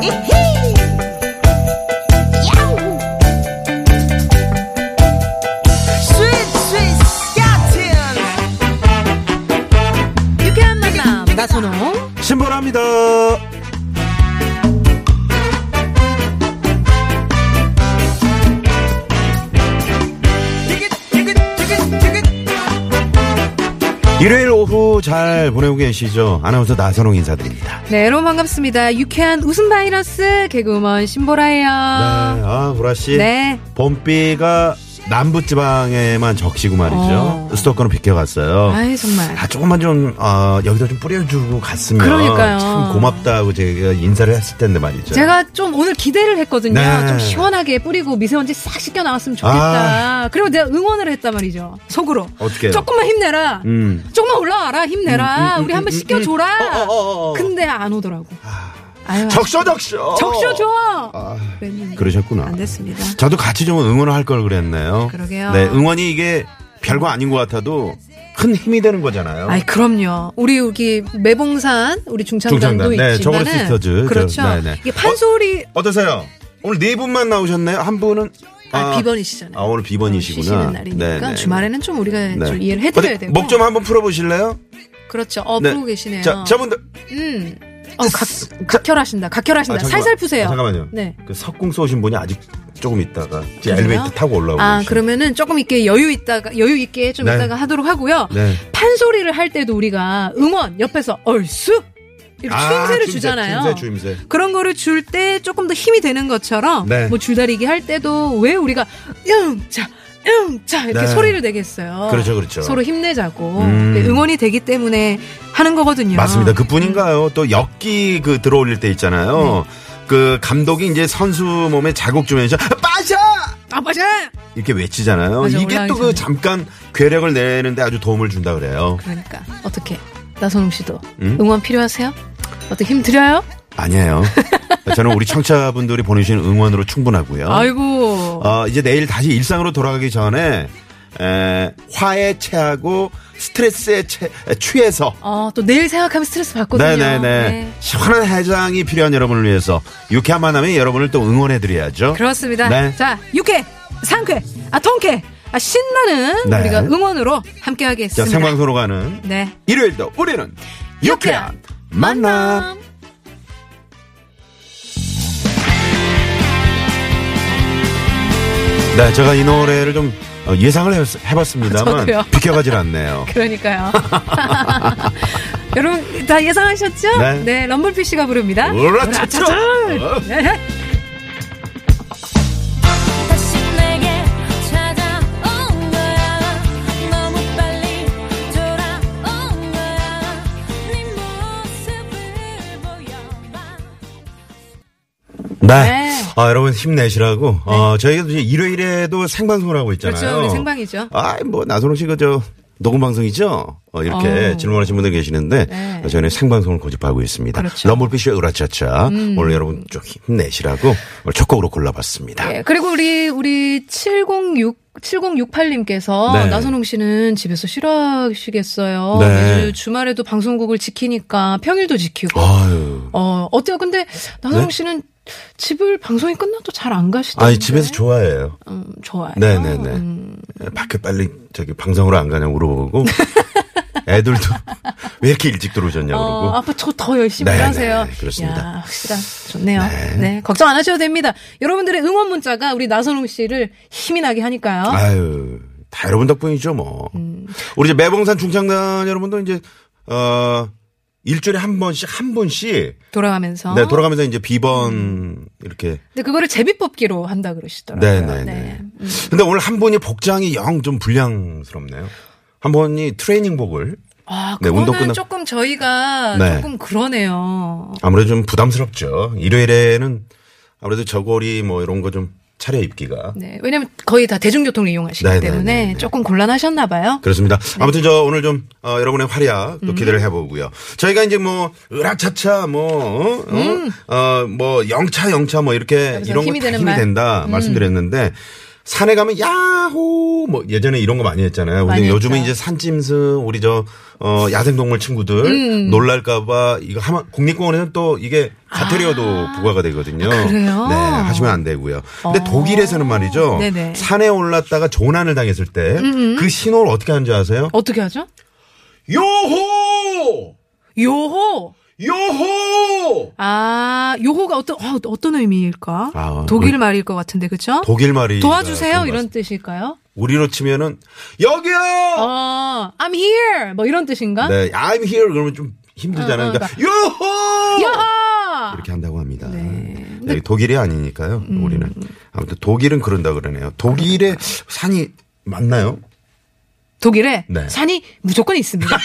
이히! 야우! 스윗 스윗 스캇틴! 유쾌한 만남 나선홍 신보라입니다. 티켓 티켓 티켓 티켓 일요일 오후 잘 보내고 계시죠? 아나운서 나선홍 인사드립니다. 네, 여러분 반갑습니다. 유쾌한 웃음 바이러스 개그우먼 네, 신보라예요. 아, 보라 씨. 네. 봄비가 남부 지방에만 적시고 말이죠. 어. 수도권으로 비껴갔어요. 아이 정말. 아, 조금만 좀, 어, 여기다 좀 뿌려주고 갔으면. 그러니까요. 참 고맙다고 제가 인사를 했을 텐데 말이죠. 제가 좀 오늘 기대를 했거든요. 네. 좀 시원하게 뿌리고 미세먼지 싹 씻겨 나왔으면 좋겠다. 그리고 내가 응원을 했단 말이죠. 속으로. 아. 어떻게요? 조금만 힘내라. 음. 조금만 올라와라. 힘내라. 우리 한번 씻겨줘라. 어, 어, 어. 근데 안 오더라고. 아유, 적셔, 적셔! 적셔줘. 그랬는데 아. 그러셨구나. 안 됐습니다. 저도 같이 좀 응원을 할 걸 그랬네요. 그러게요. 네, 응원이 이게 별거 아닌 것 같아도 큰 힘이 되는 거잖아요. 아이 그럼요. 우리 여기 매봉산 우리 중창단, 중창단도 네, 저걸 있지만은 시스터즈, 저, 그렇죠. 네, 네. 이게 판소리 어떠세요? 오늘 네 분만 나오셨나요? 한 분은 아, 비번이시잖아요. 어? 아, 오늘 비번이시구나. 쉬시는 날이니까 네네. 주말에는 좀 우리가 네. 좀 이해를 해드려야 어디 되고. 목좀 한번 풀어보실래요? 그렇죠. 어, 네. 보고 계시네요. 자, 저분들 음. 어, 각, 각혈하신다. 아, 각혈하신다. 잠깐만. 살살 푸세요. 아, 잠깐만요. 네. 그 석궁서 오신 분이 아직 조금 있다가 이제 그래요? 엘리베이터 타고 올라오고 아, 계시네요. 그러면은 조금 있게 여유 있다가, 여유 있게 좀 네. 있다가 하도록 하고요. 네. 판소리를 할 때도 우리가 응원 옆에서 얼쑤! 이렇게 아, 추임새를 추임새, 주잖아요. 추임새, 추임새. 그런 거를 줄 때 조금 더 힘이 되는 것처럼 네. 뭐 줄다리기 할 때도 왜 우리가 응자 응자 네. 이렇게 소리를 내겠어요. 그렇죠, 그렇죠. 서로 힘내자고 음. 네, 응원이 되기 때문에 하는 거거든요. 맞습니다. 그뿐인가요? 또 역기 그 들어올릴 때 있잖아요. 네. 그 감독이 이제 선수 몸에 자국 주면서 빠져 아빠자 이렇게 외치잖아요. 맞아, 이게 또 올라가기 그 전에. 잠깐 괴력을 내는데 아주 도움을 준다 그래요. 그러니까 어떻게 나선홍 씨도 음? 응원 필요하세요? 어떻게 힘 드려요? 아니에요. 저는 우리 청취자분들이 보내주신 응원으로 충분하고요. 아이고 어, 이제 내일 다시 일상으로 돌아가기 전에 에, 화에 체하고 스트레스에 체- 에, 취해서 어, 또 내일 생각하면 스트레스 받거든요. 네네네 시원한 해장이 필요한 여러분을 위해서 유쾌한 만남에 여러분을 또 응원해 드려야죠. 그렇습니다. 네. 자 육회 상쾌 아 통쾌 아 신나는 네. 우리가 응원으로 함께하겠습니다. 자 생방송으로 가는 네. 일요일도 우리는 유쾌한 만남. 네, 제가 이 노래를 좀 어, 예상을 해봤- 해봤습니다만 저도요. 비켜가질 않네요. 그러니까요. 여러분 다 예상하셨죠? 네. 럼블피 씨가 부릅니다. 네, 으라차차! 어. 다시 내게 찾아온 거야 너무 빨리 돌아온 거야 네 모습을 보여봐 네. 네. 아, 여러분 힘내시라고. 어, 저희가 이제 일요일에도 생방송을 하고 있잖아요. 그렇죠. 우리 생방이죠. 아, 뭐 나선홍 씨가 저 녹음 방송이죠. 어, 이렇게 어. 질문하신 분들 계시는데 네. 저희는 생방송을 고집하고 있습니다. 그렇죠. 음. 럼블피쉬의 으라차차 오늘 여러분 좀 힘내시라고 오늘 첫 곡으로 골라봤습니다. 예, 그리고 우리 우리 706 7068님께서 네. 나선홍 씨는 집에서 싫어하시겠어요. 네. 매주 주말에도 방송국을 지키니까 평일도 지키고. 아유. 어, 어때요? 근데 나선홍 씨는 집을 방송이 끝나도 잘 안 가시던데. 네? 아니 집에서 좋아해요. 음, 좋아요. 네네네. 예, 밖에 빨리 저기 방송으로 안 가냐고 물어보고 애들도 왜 이렇게 일찍 들어오셨냐고 어, 그러고. 아빠 저 더 열심히 네, 하세요. 네, 네, 그렇습니다. 야, 확실한 좋네요. 네. 네. 걱정 안 하셔도 됩니다. 여러분들의 응원 문자가 우리 나선홍 씨를 힘이 나게 하니까요. 아유, 다 여러분 덕분이죠, 뭐. 우리 이제 매봉산 중창단 여러분도 이제, 어, 일주일에 한 번씩, 한 번씩, 돌아가면서. 네, 돌아가면서 이제 비번, 이렇게. 근데 그거를 제비뽑기로 한다 그러시더라고요. 네네네. 음. 근데 오늘 한 분이 복장이 영 좀 불량스럽네요. 한 분이 트레이닝복을. 아, 네, 운동 그거는 끝나- 조금 저희가 네. 조금 그러네요. 아무래도 좀 부담스럽죠. 일요일에는 아무래도 저고리 뭐 이런 거 좀 차려입기가. 네. 왜냐면 거의 다 대중교통을 이용하시기 네, 네, 때문에 네, 네. 조금 곤란하셨나 봐요. 그렇습니다. 네. 아무튼 저 오늘 좀 어, 여러분의 활약 음. 또 기대를 해보고요. 저희가 이제 뭐 으라차차 뭐어뭐 영차 영차 뭐 이렇게 음. 여기서 이런 힘이 거다 되는 힘이 말. 음. 된다 말씀드렸는데 산에 가면 야호 뭐 예전에 이런 거 많이 했잖아요. 근데 많이 요즘은 했죠. 이제 산짐승 우리 저 어, 야생동물 친구들 음. 놀랄까봐 이거 하마 국립공원에는 또 이게 사태리어도 부과가 되거든요. 아. 그래요? 네 하시면 안 되고요. 근데 어. 독일에서는 말이죠. 네네. 산에 올랐다가 조난을 당했을 때 그 신호를 어떻게 하는지 아세요? 어떻게 하죠? 요호 요호. 요호 아, 요호가 어떤 어, 어떤 의미일까? 아, 독일 우리- 말일 것 같은데 그렇죠? 독일 말이 도와주세요 이런 뜻일까요? 우리로 치면은 여기요. 어, I'm here 뭐 이런 뜻인가? 네, I'm here 그러면 좀 힘들잖아요. 어, 어, 그러니까 요호 야하. 이렇게 한다고 합니다. 네. 근데- 음. 독일이 아니니까요. 우리는 아무튼 독일은 그런다 그러네요. 독일의 산이 맞나요? 독일에 네. 산이 무조건 있습니다.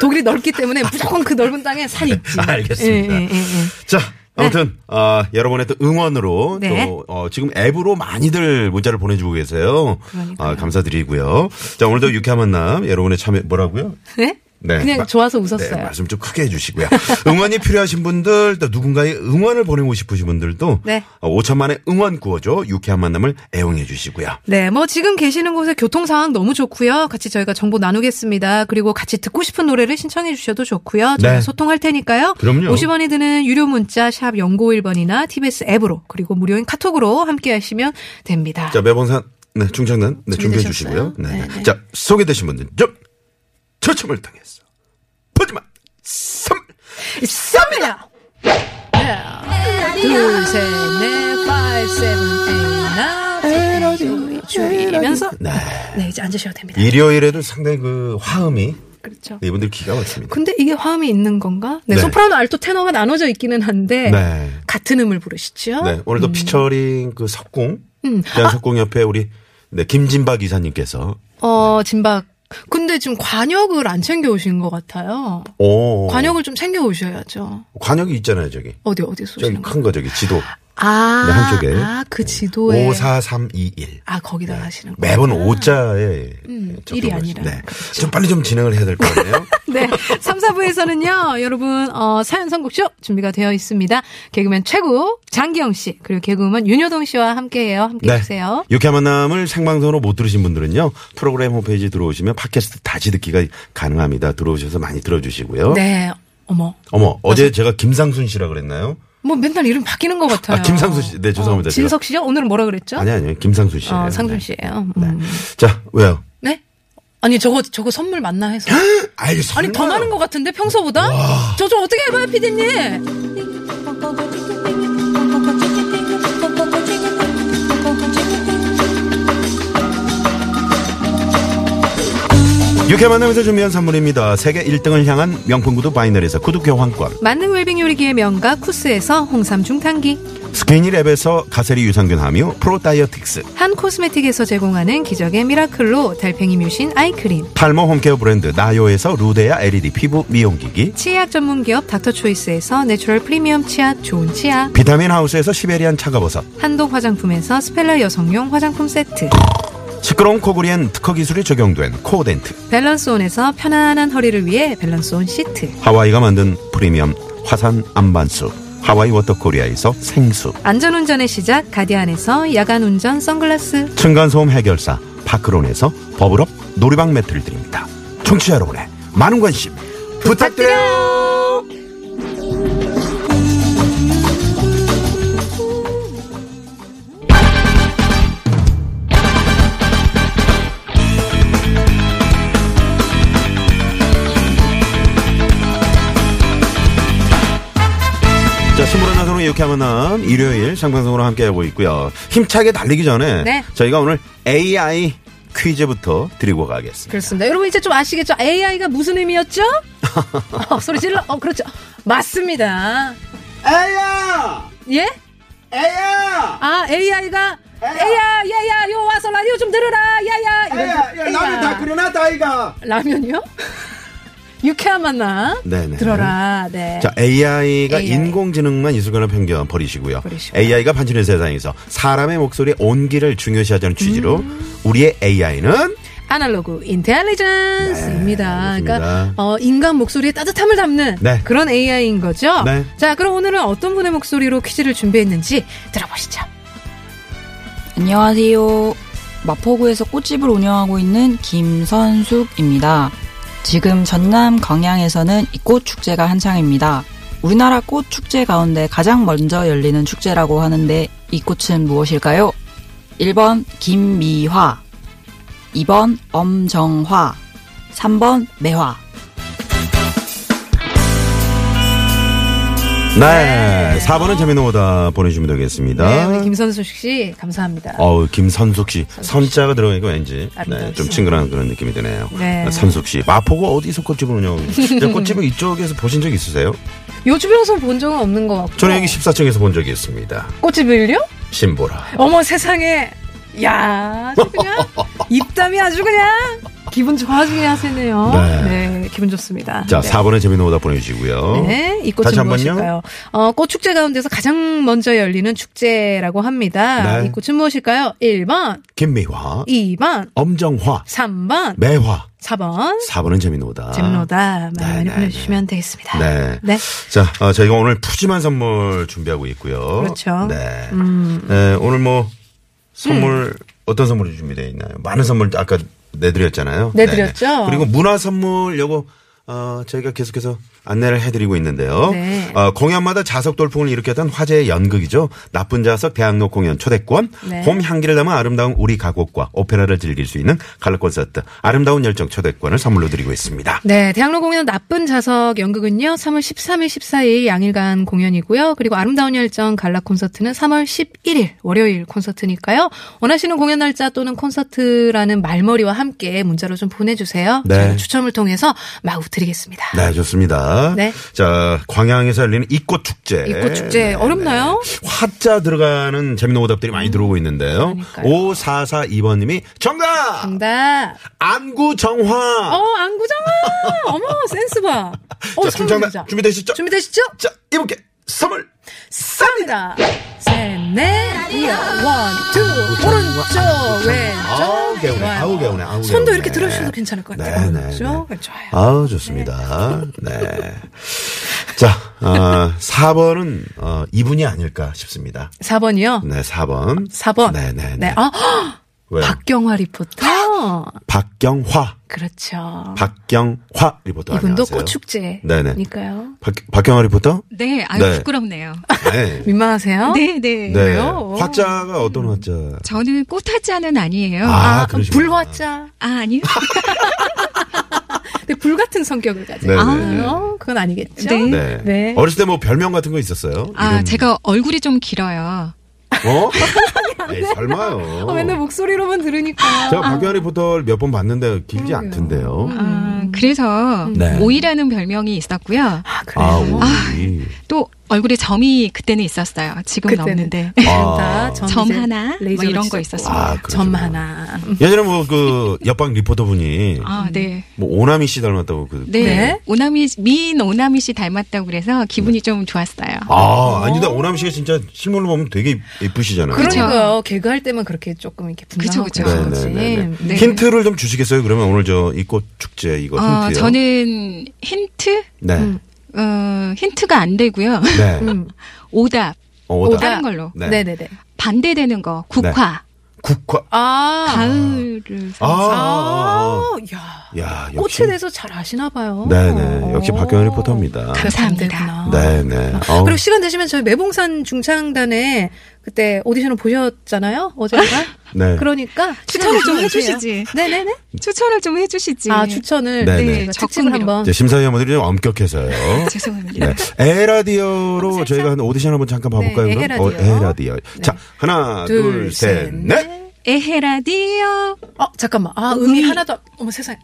독일이 넓기 때문에 무조건 그 넓은 땅에 네. 산이 아, 있지. 알겠습니다. 예, 예, 예, 예. 자. 아무튼 아, 여러분의 또 응원으로 네. 또 어, 지금 앱으로 많이들 문자를 보내주고 계세요. 그러니까요. 아, 감사드리고요. 자 오늘도 유쾌한 만남 여러분의 참여 뭐라고요? 네? 네. 그냥 마- 좋아서 웃었어요. 네, 말씀 좀 크게 해주시고요. 응원이 필요하신 분들, 또 누군가의 응원을 보내고 싶으신 분들도 네. 5천만의 응원 구호죠. 유쾌한 만남을 애용해 주시고요. 네, 뭐 지금 계시는 곳의 교통 상황 너무 좋고요. 같이 저희가 정보 나누겠습니다. 그리고 같이 듣고 싶은 노래를 신청해 주셔도 좋고요. 저희 네. 소통할 테니까요. 그럼요. 50원이 드는 유료 문자 샵 0951번이나 TBS 앱으로 그리고 무료인 카톡으로 함께 하시면 됩니다. 자, 매봉산, 네, 충청단, 네, 준비해 준비되셨어요? 주시고요. 네. 네, 네. 자, 소개되신 분들, 좀, 추첨을 통해서, 푸짐한 선물! 쏩니다. 둘, 셋, 넷, 파이브, 세븐, 에잇, 줄이면서 네. 네, 이제 앉으셔도 됩니다. 일요일에도 상당히 그 화음이, 그렇죠. 네, 이분들 기가 막힙니다. 근데 이게 화음이 있는 건가? 네, 네. 소프라노 알토 테너가 나눠져 있기는 한데 네. 같은 음을 부르시죠? 네, 오늘도 피처링 그 석공, 음. 대한 석공 옆에 우리, 네, 김진박 이사님께서, 어, 진박. 근데 지금 관역을 안 챙겨 오신 것 같아요. 오. 관역을 좀 챙겨 오셔야죠. 관역이 있잖아요, 저기. 어디 어디 쏘시는 저기 거? 큰 거, 저기 지도. 아, 네, 한쪽에. 아, 그 지도에 54321. 아, 거기다 하시는 거. 매번 오자에 아. 음, 일이 아니라. 네. 좀 빨리 좀 진행을 해야 될 것 같네요. 네. 3, 4부에서는요, 여러분, 어, 사연 선곡쇼 준비가 되어 있습니다. 개그맨 최고, 장기영 씨, 그리고 개그우먼 윤효동 씨와 함께 해요. 함께 해주세요. 네. 유쾌한 만남을 생방송으로 못 들으신 분들은요. 프로그램 홈페이지 들어오시면 팟캐스트 다시 듣기가 가능합니다. 들어오셔서 많이 들어주시고요. 네. 아, 어머. 어머, 어제 제가 김상순 씨라 그랬나요? 뭐 맨날 이름 바뀌는 것 같아요. 아, 김상수 씨. 네, 죄송합니다. 어, 진석 씨죠? 오늘은 뭐라 그랬죠? 아니, 아니요. 김상순 씨예요. 어, 상준 네. 씨예요 네. 음. 자, 왜요? 네? 아니 저거 저거 선물 맞나 해서 아이, 아니 더 설마요. 많은 것 같은데 평소보다 저 좀 어떻게 해봐요 피디님 유쾌한 만남에서 준비한 선물입니다. 세계 1등을 향한 명품 구두 바이널에서 구두 교환권. 만능 웰빙 요리기의 명가 쿠스에서 홍삼 중탕기 스키니랩에서 가세리 유산균 함유 프로 다이어틱스 한 코스메틱에서 제공하는 기적의 미라클로 달팽이 뮤신 아이크림 탈모 홈케어 브랜드 나요에서 루데아 LED 피부 미용기기 치약 전문 기업 닥터초이스에서 내추럴 프리미엄 치약 좋은 치약 비타민 하우스에서 시베리안 차가버섯 한독 화장품에서 스펠라 여성용 화장품 세트 시끄러운 코골이엔 특허 기술이 적용된 코덴트 밸런스온에서 편안한 허리를 위해 밸런스온 시트 하와이가 만든 프리미엄 화산 안반수 하와이 워터코리아에서 생수 안전운전의 시작 가디안에서 야간운전 선글라스 층간소음 해결사 파크론에서 버블업 놀이방 매트를 드립니다 청취자 여러분의 많은 관심 부탁드려요 자, 신보라 나선호 유쾌한 만남 일요일 생방송으로 함께하고 있고요. 힘차게 달리기 전에 네. 저희가 오늘 AI 퀴즈부터 드리고 가겠습니다. 그렇습니다. 여러분 이제 좀 아시겠죠? AI가 무슨 의미였죠? 어, 소리 질러. 어, 그렇죠. 맞습니다. 에야 예? 에야 아, AI가 야야 야야 요 와서 라디오 좀 들으라. 야야. 이런 에야 거. 야 나는 다 그러나 다이가 라면이요? 유쾌한 만남. 네네. 들어라. 네. 자, AI가 AI. 인공지능만 있을거나 편견 버리시고요. 버리시고요. AI가 판치는 세상에서 사람의 목소리의 온기를 중요시하자는 취지로 음. 우리의 AI는 아날로그 인텔리전스입니다. 네, 그러니까 그렇습니다. 어, 인간 목소리에 따뜻함을 담는 네. 그런 AI인 거죠. 네. 자, 그럼 오늘은 어떤 분의 목소리로 퀴즈를 준비했는지 들어보시죠. 안녕하세요. 마포구에서 꽃집을 운영하고 있는 김선숙입니다. 지금 전남 광양에서는 이 꽃축제가 한창입니다. 우리나라 꽃축제 가운데 가장 먼저 열리는 축제라고 하는데 이 꽃은 무엇일까요? 1번 김미화 2번 엄정화 3번 매화 네. 4번은 재미는 오다 보내주시면 네, 되겠습니다. 우리 김선수 씨 감사합니다. 아. 어우, 김선숙 씨. 선자가 들어가니까 왠지 네, 아름다우시네요. 좀 친근한 그런 느낌이 드네요. 네. 선숙 씨. 마포구 어디서 꽃집을 운영하고 있어요? 꽃집을 이쪽에서 보신 적 있으세요? 요즘에서 본 적은 없는 것 같고. 저는 여기 14층에서 본 적이 있습니다. 꽃집을요? 신보라. 어머 세상에. 야, 아주 그냥 입담이 아주 그냥 기분 좋아지게 하시네요. 네. 네, 기분 좋습니다. 자, 네. 4번은 재미는 오다 보내주시고요. 네, 이 어? 다시 꽃은 한 번요. 무엇일까요? 어, 꽃 축제 가운데서 가장 먼저 열리는 축제라고 합니다. 네. 이 꽃은 무엇일까요? 1번, 김미화, 2번, 엄정화, 3번, 매화. 4번. 네. 4번은 재미는 오다. 재미노다 많이 네, 많이 네, 보내주시면 되겠습니다. 네. 네. 자, 어, 저희가 오늘 푸짐한 선물 준비하고 있고요. 그렇죠. 네. 네, 오늘 뭐 선물 음. 어떤 선물이 준비되어 있나요? 많은 선물 아까 내드렸잖아요. 내드렸죠. 네네. 그리고 문화 선물 요거 어, 저희가 계속해서 안내를 해드리고 있는데요. 네. 어, 공연마다 자석 돌풍을 일으켰던 화제의 연극이죠. 나쁜 자석 대학로 공연 초대권, 네. 봄 향기를 담아 아름다운 우리 가곡과 오페라를 즐길 수 있는 갈라 콘서트, 아름다운 열정 초대권을 선물로 드리고 있습니다. 네, 대학로 공연 나쁜 자석 연극은요, 3월 13일, 14일 양일간 공연이고요. 그리고 아름다운 열정 갈라 콘서트는 3월 11일 월요일 콘서트니까요. 원하시는 공연 날짜 또는 콘서트라는 말머리와 함께 문자로 좀 보내주세요. 네. 저희가 추첨을 통해서 마구 드리겠습니다. 네, 좋습니다. 네. 자, 광양에서 열리는 이꽃 축제. 이 꽃축제 네, 어렵나요? 네. 화자 들어가는 재밌는 오답들이 많이 들어오고 있는데요. 그러니까요. 5442번님이 정답! 정답. 안구정화! 어, 안구정아. 어머, 센스 봐. 어, 자, 충청단 준비되시죠? 준비되시죠? 자, 이분께 선물! 쌉니다. 셋, 넷, 원, 투, 오른쪽, 아, 왼쪽. 아우, 개운해. 좋아요. 아우, 개운해. 아우, 손도 개운해. 이렇게 들어주셔도 괜찮을 것 같아요. 네, 네, 그렇죠? 네. 좋아요. 아우, 좋습니다. 네. 자, 어, 4번은, 어, 이분이 아닐까 싶습니다. 4번이요? 네, 4번. 4번. 네, 네, 네. 네. 아, 왜? 박경화 리포터. 네. 박경화. 그렇죠. 박경화 리포터 이분도 안녕하세요. 네네. 꽃축제니까요. 박, 박경화 리포터? 네, 아유 네. 부끄럽네요. 네. 민망하세요? 네, 네. 네. 어. 화자가 어떤 화자? 저는 꽃화자는 아니에요. 아, 그러시구나. 불화자. 아, 아니요. 근데 불 같은 성격을 가지고. 네네. 어, 그건 아니겠죠? 네. 네. 네. 어렸을 때 뭐 별명 같은 거 있었어요? 아, 이름. 제가 얼굴이 좀 길어요. 어? 에이, 설마요. 어, 맨날 아. 목소리로만 들으니까. 제가 박경화 리포터를 몇 번 봤는데 길지 않던데요. 아, 그래서 네. 오이라는 별명이 있었고요. 아, 그래요? 아, 우리. 또 얼굴에 점이 그때는 있었어요. 지금은 없는데. 아. 다 점, 점 이제 하나 뭐 레이저로 이런 거 찢었고. 있었어요. 아, 점 그러시구나. 하나. 음. 예전에 뭐 그 옆방 리포터 분이 아, 네. 뭐 오나미 씨 닮았다고 그. 네. 네. 오나미 미인 오나미 씨 닮았다고 그래서 기분이 좀 좋았어요. 아, 아니다. 오나미 씨가 진짜 실물로 보면 되게 예쁘시잖아요. 그러니까요. 개그할 때만 그렇게 조금 이렇게 그쵸, 분장하고 그쵸. 그런 거지. 음, 네네네. 네. 힌트를 좀 주시겠어요? 그러면 오늘 저 이꽃 축제 이거 어, 아, 아, 힌트요. 저는 힌트? 네, 음. 어, 힌트가 안 되고요. 네, 오답. 어, 오다. 다른 걸로. 네. 네. 네네 반대되는 거. 국화. 국화. 아. 가을을. 네. 아, 아. 아, 아, 야. 아. 야, 역시. 꽃에 대해서 잘 아시나 봐요. 네네, 역시 어. 박경현 리포터입니다. 감사합니다. 반대구나. 네네. 어, 그리고 시간 되시면 저희 매봉산 중창단에 그때 오디션을 보셨잖아요. 어제가. 네. 그러니까 추천을 좀 시간 되시면 해주시지. 해주세요. 네네네. 추천을 좀 해주시지. 아, 추천을. 네네. 네. 제가 특집을 적극으로. 한번. 이제 심사위원분들이 좀 엄격해서요. 죄송합니다. 네. 에라디오로 저희가 한 오디션 한번 잠깐 봐볼까요? 어, 네, 그럼? 어, 에라디오. 네. 에라디오. 자, 하나, 둘, 셋, 넷. 에헤라디오. 어, 잠깐만. 아, 음이 하나도, 안- 어머 세상에.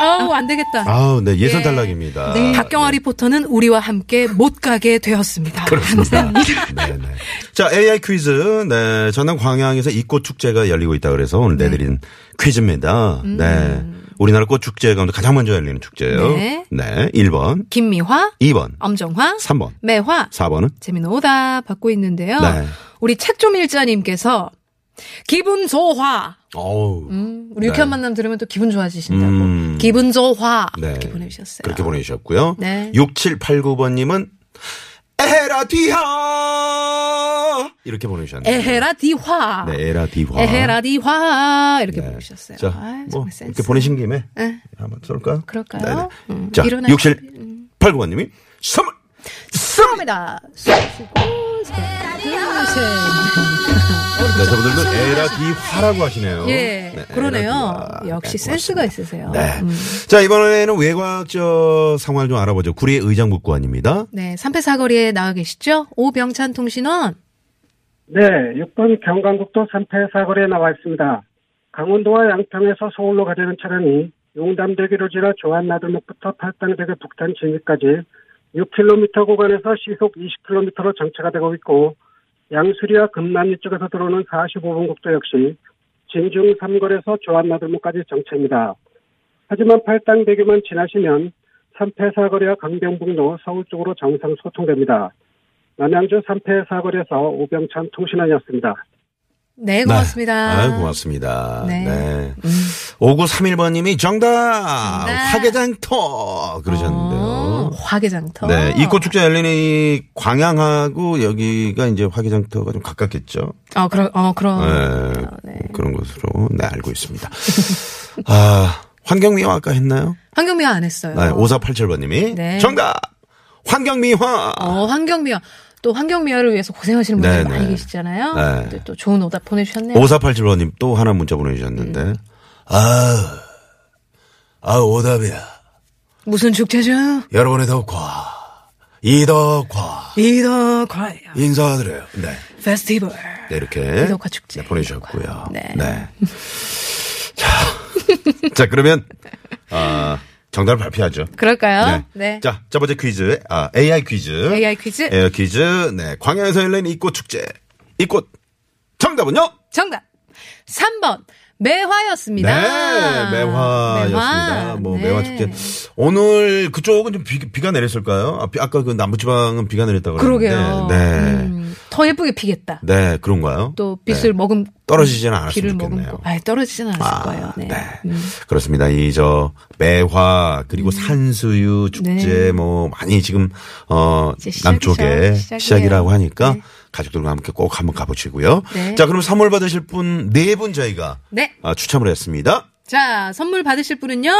아우, 안 되겠다. 아우, 네, 예선 탈락입니다. 네. 박경화 리포터는 우리와 함께 못 가게 되었습니다. 감사합니다. 네네. 자, AI 퀴즈. 네. 전남 광양에서 이 꽃축제가 열리고 있다 그래서 네. 오늘 내드린 퀴즈입니다. 음. 네. 우리나라 꽃축제 가운데 가장 먼저 열리는 축제예요 네. 네. 1번, 김미화, 2번, 엄정화, 3번, 매화, 4번은? 재미는 오다 받고 있는데요. 네. 우리 책 좀 읽자님께서 기분 소화. 어우. 음, 우리 유쾌한 네. 만남 들으면 또 기분 좋아지신다고. 음. 기분 소화. 네. 이렇게 보내주셨어요. 그렇게 보내주셨고요. 네. 6789번님은 에헤라 디하 이렇게 보내주셨네요. 에헤라 디화. 네, 에라 디화. 에헤라 디화. 이렇게 네. 보내주셨어요. 자, 아, 뭐 정말 센스. 이렇게 보내신 김에 네. 한번 쏠까요? 그럴까요? 네네. 음, 자, 일어나- 67 89번님이 선물 쏩니다. 쏘시고, 쏘. 네, 저분들도 에라 디화라고 하시네요. 예, 네, 그러네요. 에라 디화. 역시 네, 센스가 있으세요. 네. 음. 자, 이번에는 외곽적 상황을 좀 알아보죠. 구리의 의장북구안입니다. 네, 삼패사거리에 나와 계시죠? 오병찬 통신원. 네, 6번 경강북도 삼패사거리에 나와 있습니다. 강원도와 양평에서 서울로 가려는 차량이 용담대교를 지나 조한나들목부터 팔당대교 북탄 진입까지 6km 구간에서 시속 20km로 정체가 되고 있고 양수리와 금남리 쪽에서 들어오는 45번 국도 역시 진중 3거리에서 조한나들목까지 정체입니다. 하지만 팔당대교만 지나시면 삼패사거리와 강병북로 서울 쪽으로 정상 소통됩니다. 남양주 삼패 사거리에서 오병찬 통신원이었습니다. 네, 고맙습니다. 아유, 고맙습니다. 네. 네. 음. 5931번님이 정답! 정답! 화개장터! 그러셨는데요. 어, 화개장터. 네. 이꽃축제 열리는 이 광양하고 여기가 이제 화개장터가 좀 가깝겠죠. 어, 그런, 어, 그런. 네. 네. 그런 것으로, 네, 알고 있습니다. 아, 환경미화 아까 했나요? 환경미화 안 했어요. 네, 5487번님이. 네. 정답! 환경미화! 어, 환경미화. 또 환경미화를 위해서 고생하시는 분들 네, 많이 네. 계시잖아요. 네. 근데 또 좋은 오답 보내주셨네요. 5487번님 또 하나 문자 보내주셨는데, 네. 아, 아, 오답이야. 무슨 축제죠? 여러분의 덕화, 이덕화, 이덕화 인사드려요. 네. 페스티벌. 네, 이렇게. 이덕화 축제. 네, 보내주셨고요. 네. 자, 자, 그러면, 아, 정답을 발표하죠. 그럴까요? 네. 자, 첫 번째 퀴즈, 아, AI 퀴즈. AI 퀴즈. 에어 퀴즈. 네. 광야에서 열린 이꽃 축제. 이꽃. 정답은요? 정답. 3번. 매화였습니다. 네, 매화였습니다. 매화. 뭐 네. 매화 축제 오늘 그쪽은 좀 비, 가 내렸을까요? 아, 까 남부지방은 비가 내렸다고 그러는데 그러게요. 네, 음, 더 예쁘게 피겠다. 네 그런가요? 또 빛을 네. 머금 떨어지지는 않았으면 비를 좋겠네요. 머금고 아 떨어지진 않았을 아, 거예요. 네. 네. 음. 그렇습니다. 이 저 매화 그리고 산수유 축제 네. 뭐 많이 지금 어 이제 시작이죠. 남쪽에 시작이에요. 시작이라고 하니까 가족들과 함께 꼭 한번 가보시고요. 네. 자, 그럼 선물 받으실 분 네 분 저희가 네. 아, 추첨을 했습니다. 자, 선물 받으실 분은요.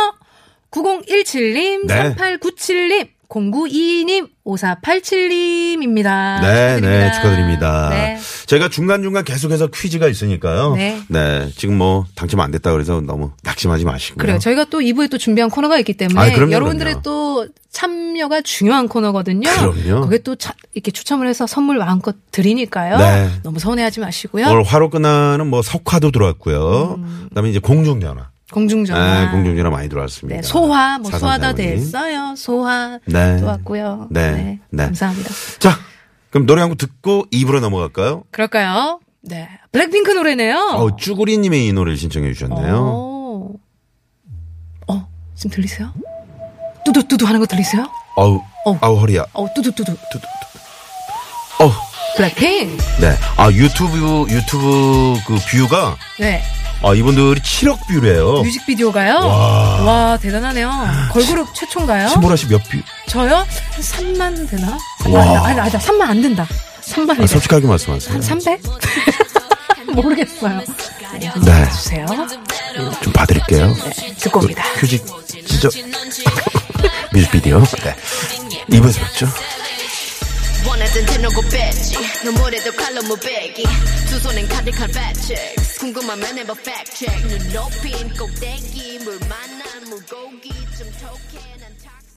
9017님, 네. 3897님, 0922님, 5487님입니다. 네, 네, 축하드립니다. 아, 네. 저희가 중간중간 계속해서 퀴즈가 있으니까요. 네. 지금 뭐 당첨 안 됐다 그래서 너무 낙심하지 마시고요. 그래요. 저희가 또 2부에 또 준비한 코너가 있기 때문에 네. 아니, 그럼요, 여러분들의 그럼요. 또 참여가 중요한 코너거든요. 그럼요. 그게 또 차- 이렇게 추첨을 해서 선물 마음껏 드리니까요. 네. 너무 서운해하지 마시고요. 오늘 화로 끝나는 뭐 석화도 들어왔고요. 그다음에 이제 공중전화. 공중전화. 네, 공중전화 많이 들어왔습니다. 네, 소화 뭐 소화다 사상자분이. 됐어요. 소화 네. 또 왔고요. 네. 네. 감사합니다. 자, 그럼 노래 한 곡 듣고 입으로 넘어갈까요? 그럴까요? 네. 블랙핑크 노래네요. 어, 쭈구리님이 이 노래를 신청해 주셨네요. 어. 어, 지금 들리세요? 뚜두뚜두 하는 거 들리세요? 어우, 어. 아우 허리야. 어, 뚜두뚜두. 어, 블랙핑크. 네. 아 유튜브 유튜브 그 뷰가 네. 아 이분들이 7억 뷰래요. 뮤직비디오가요? 와. 와. 대단하네요. 걸그룹 최초인가요? 신보라 씨 몇 뷰? 아, 저요? 한 3만 되나? 와. 3만, 아니, 아니, 3만 안 된다. 3만이 아, 솔직하게 말씀하세요. 네. 한 300? 모르겠어요. 네. 주세요. 좀 네. 봐드릴게요. 듣고 옵니다. 휴지 진짜 뮤직비디오. 네. 입에서 뵙죠. 원하던 대놓고 뺐지 눈물에도 칼로 무배기 두 손엔 가득한 팩트 궁금하면 해봐 팩트 눈 높인 꼭대기 물 만난 물고기 좀 톡해 난 탁-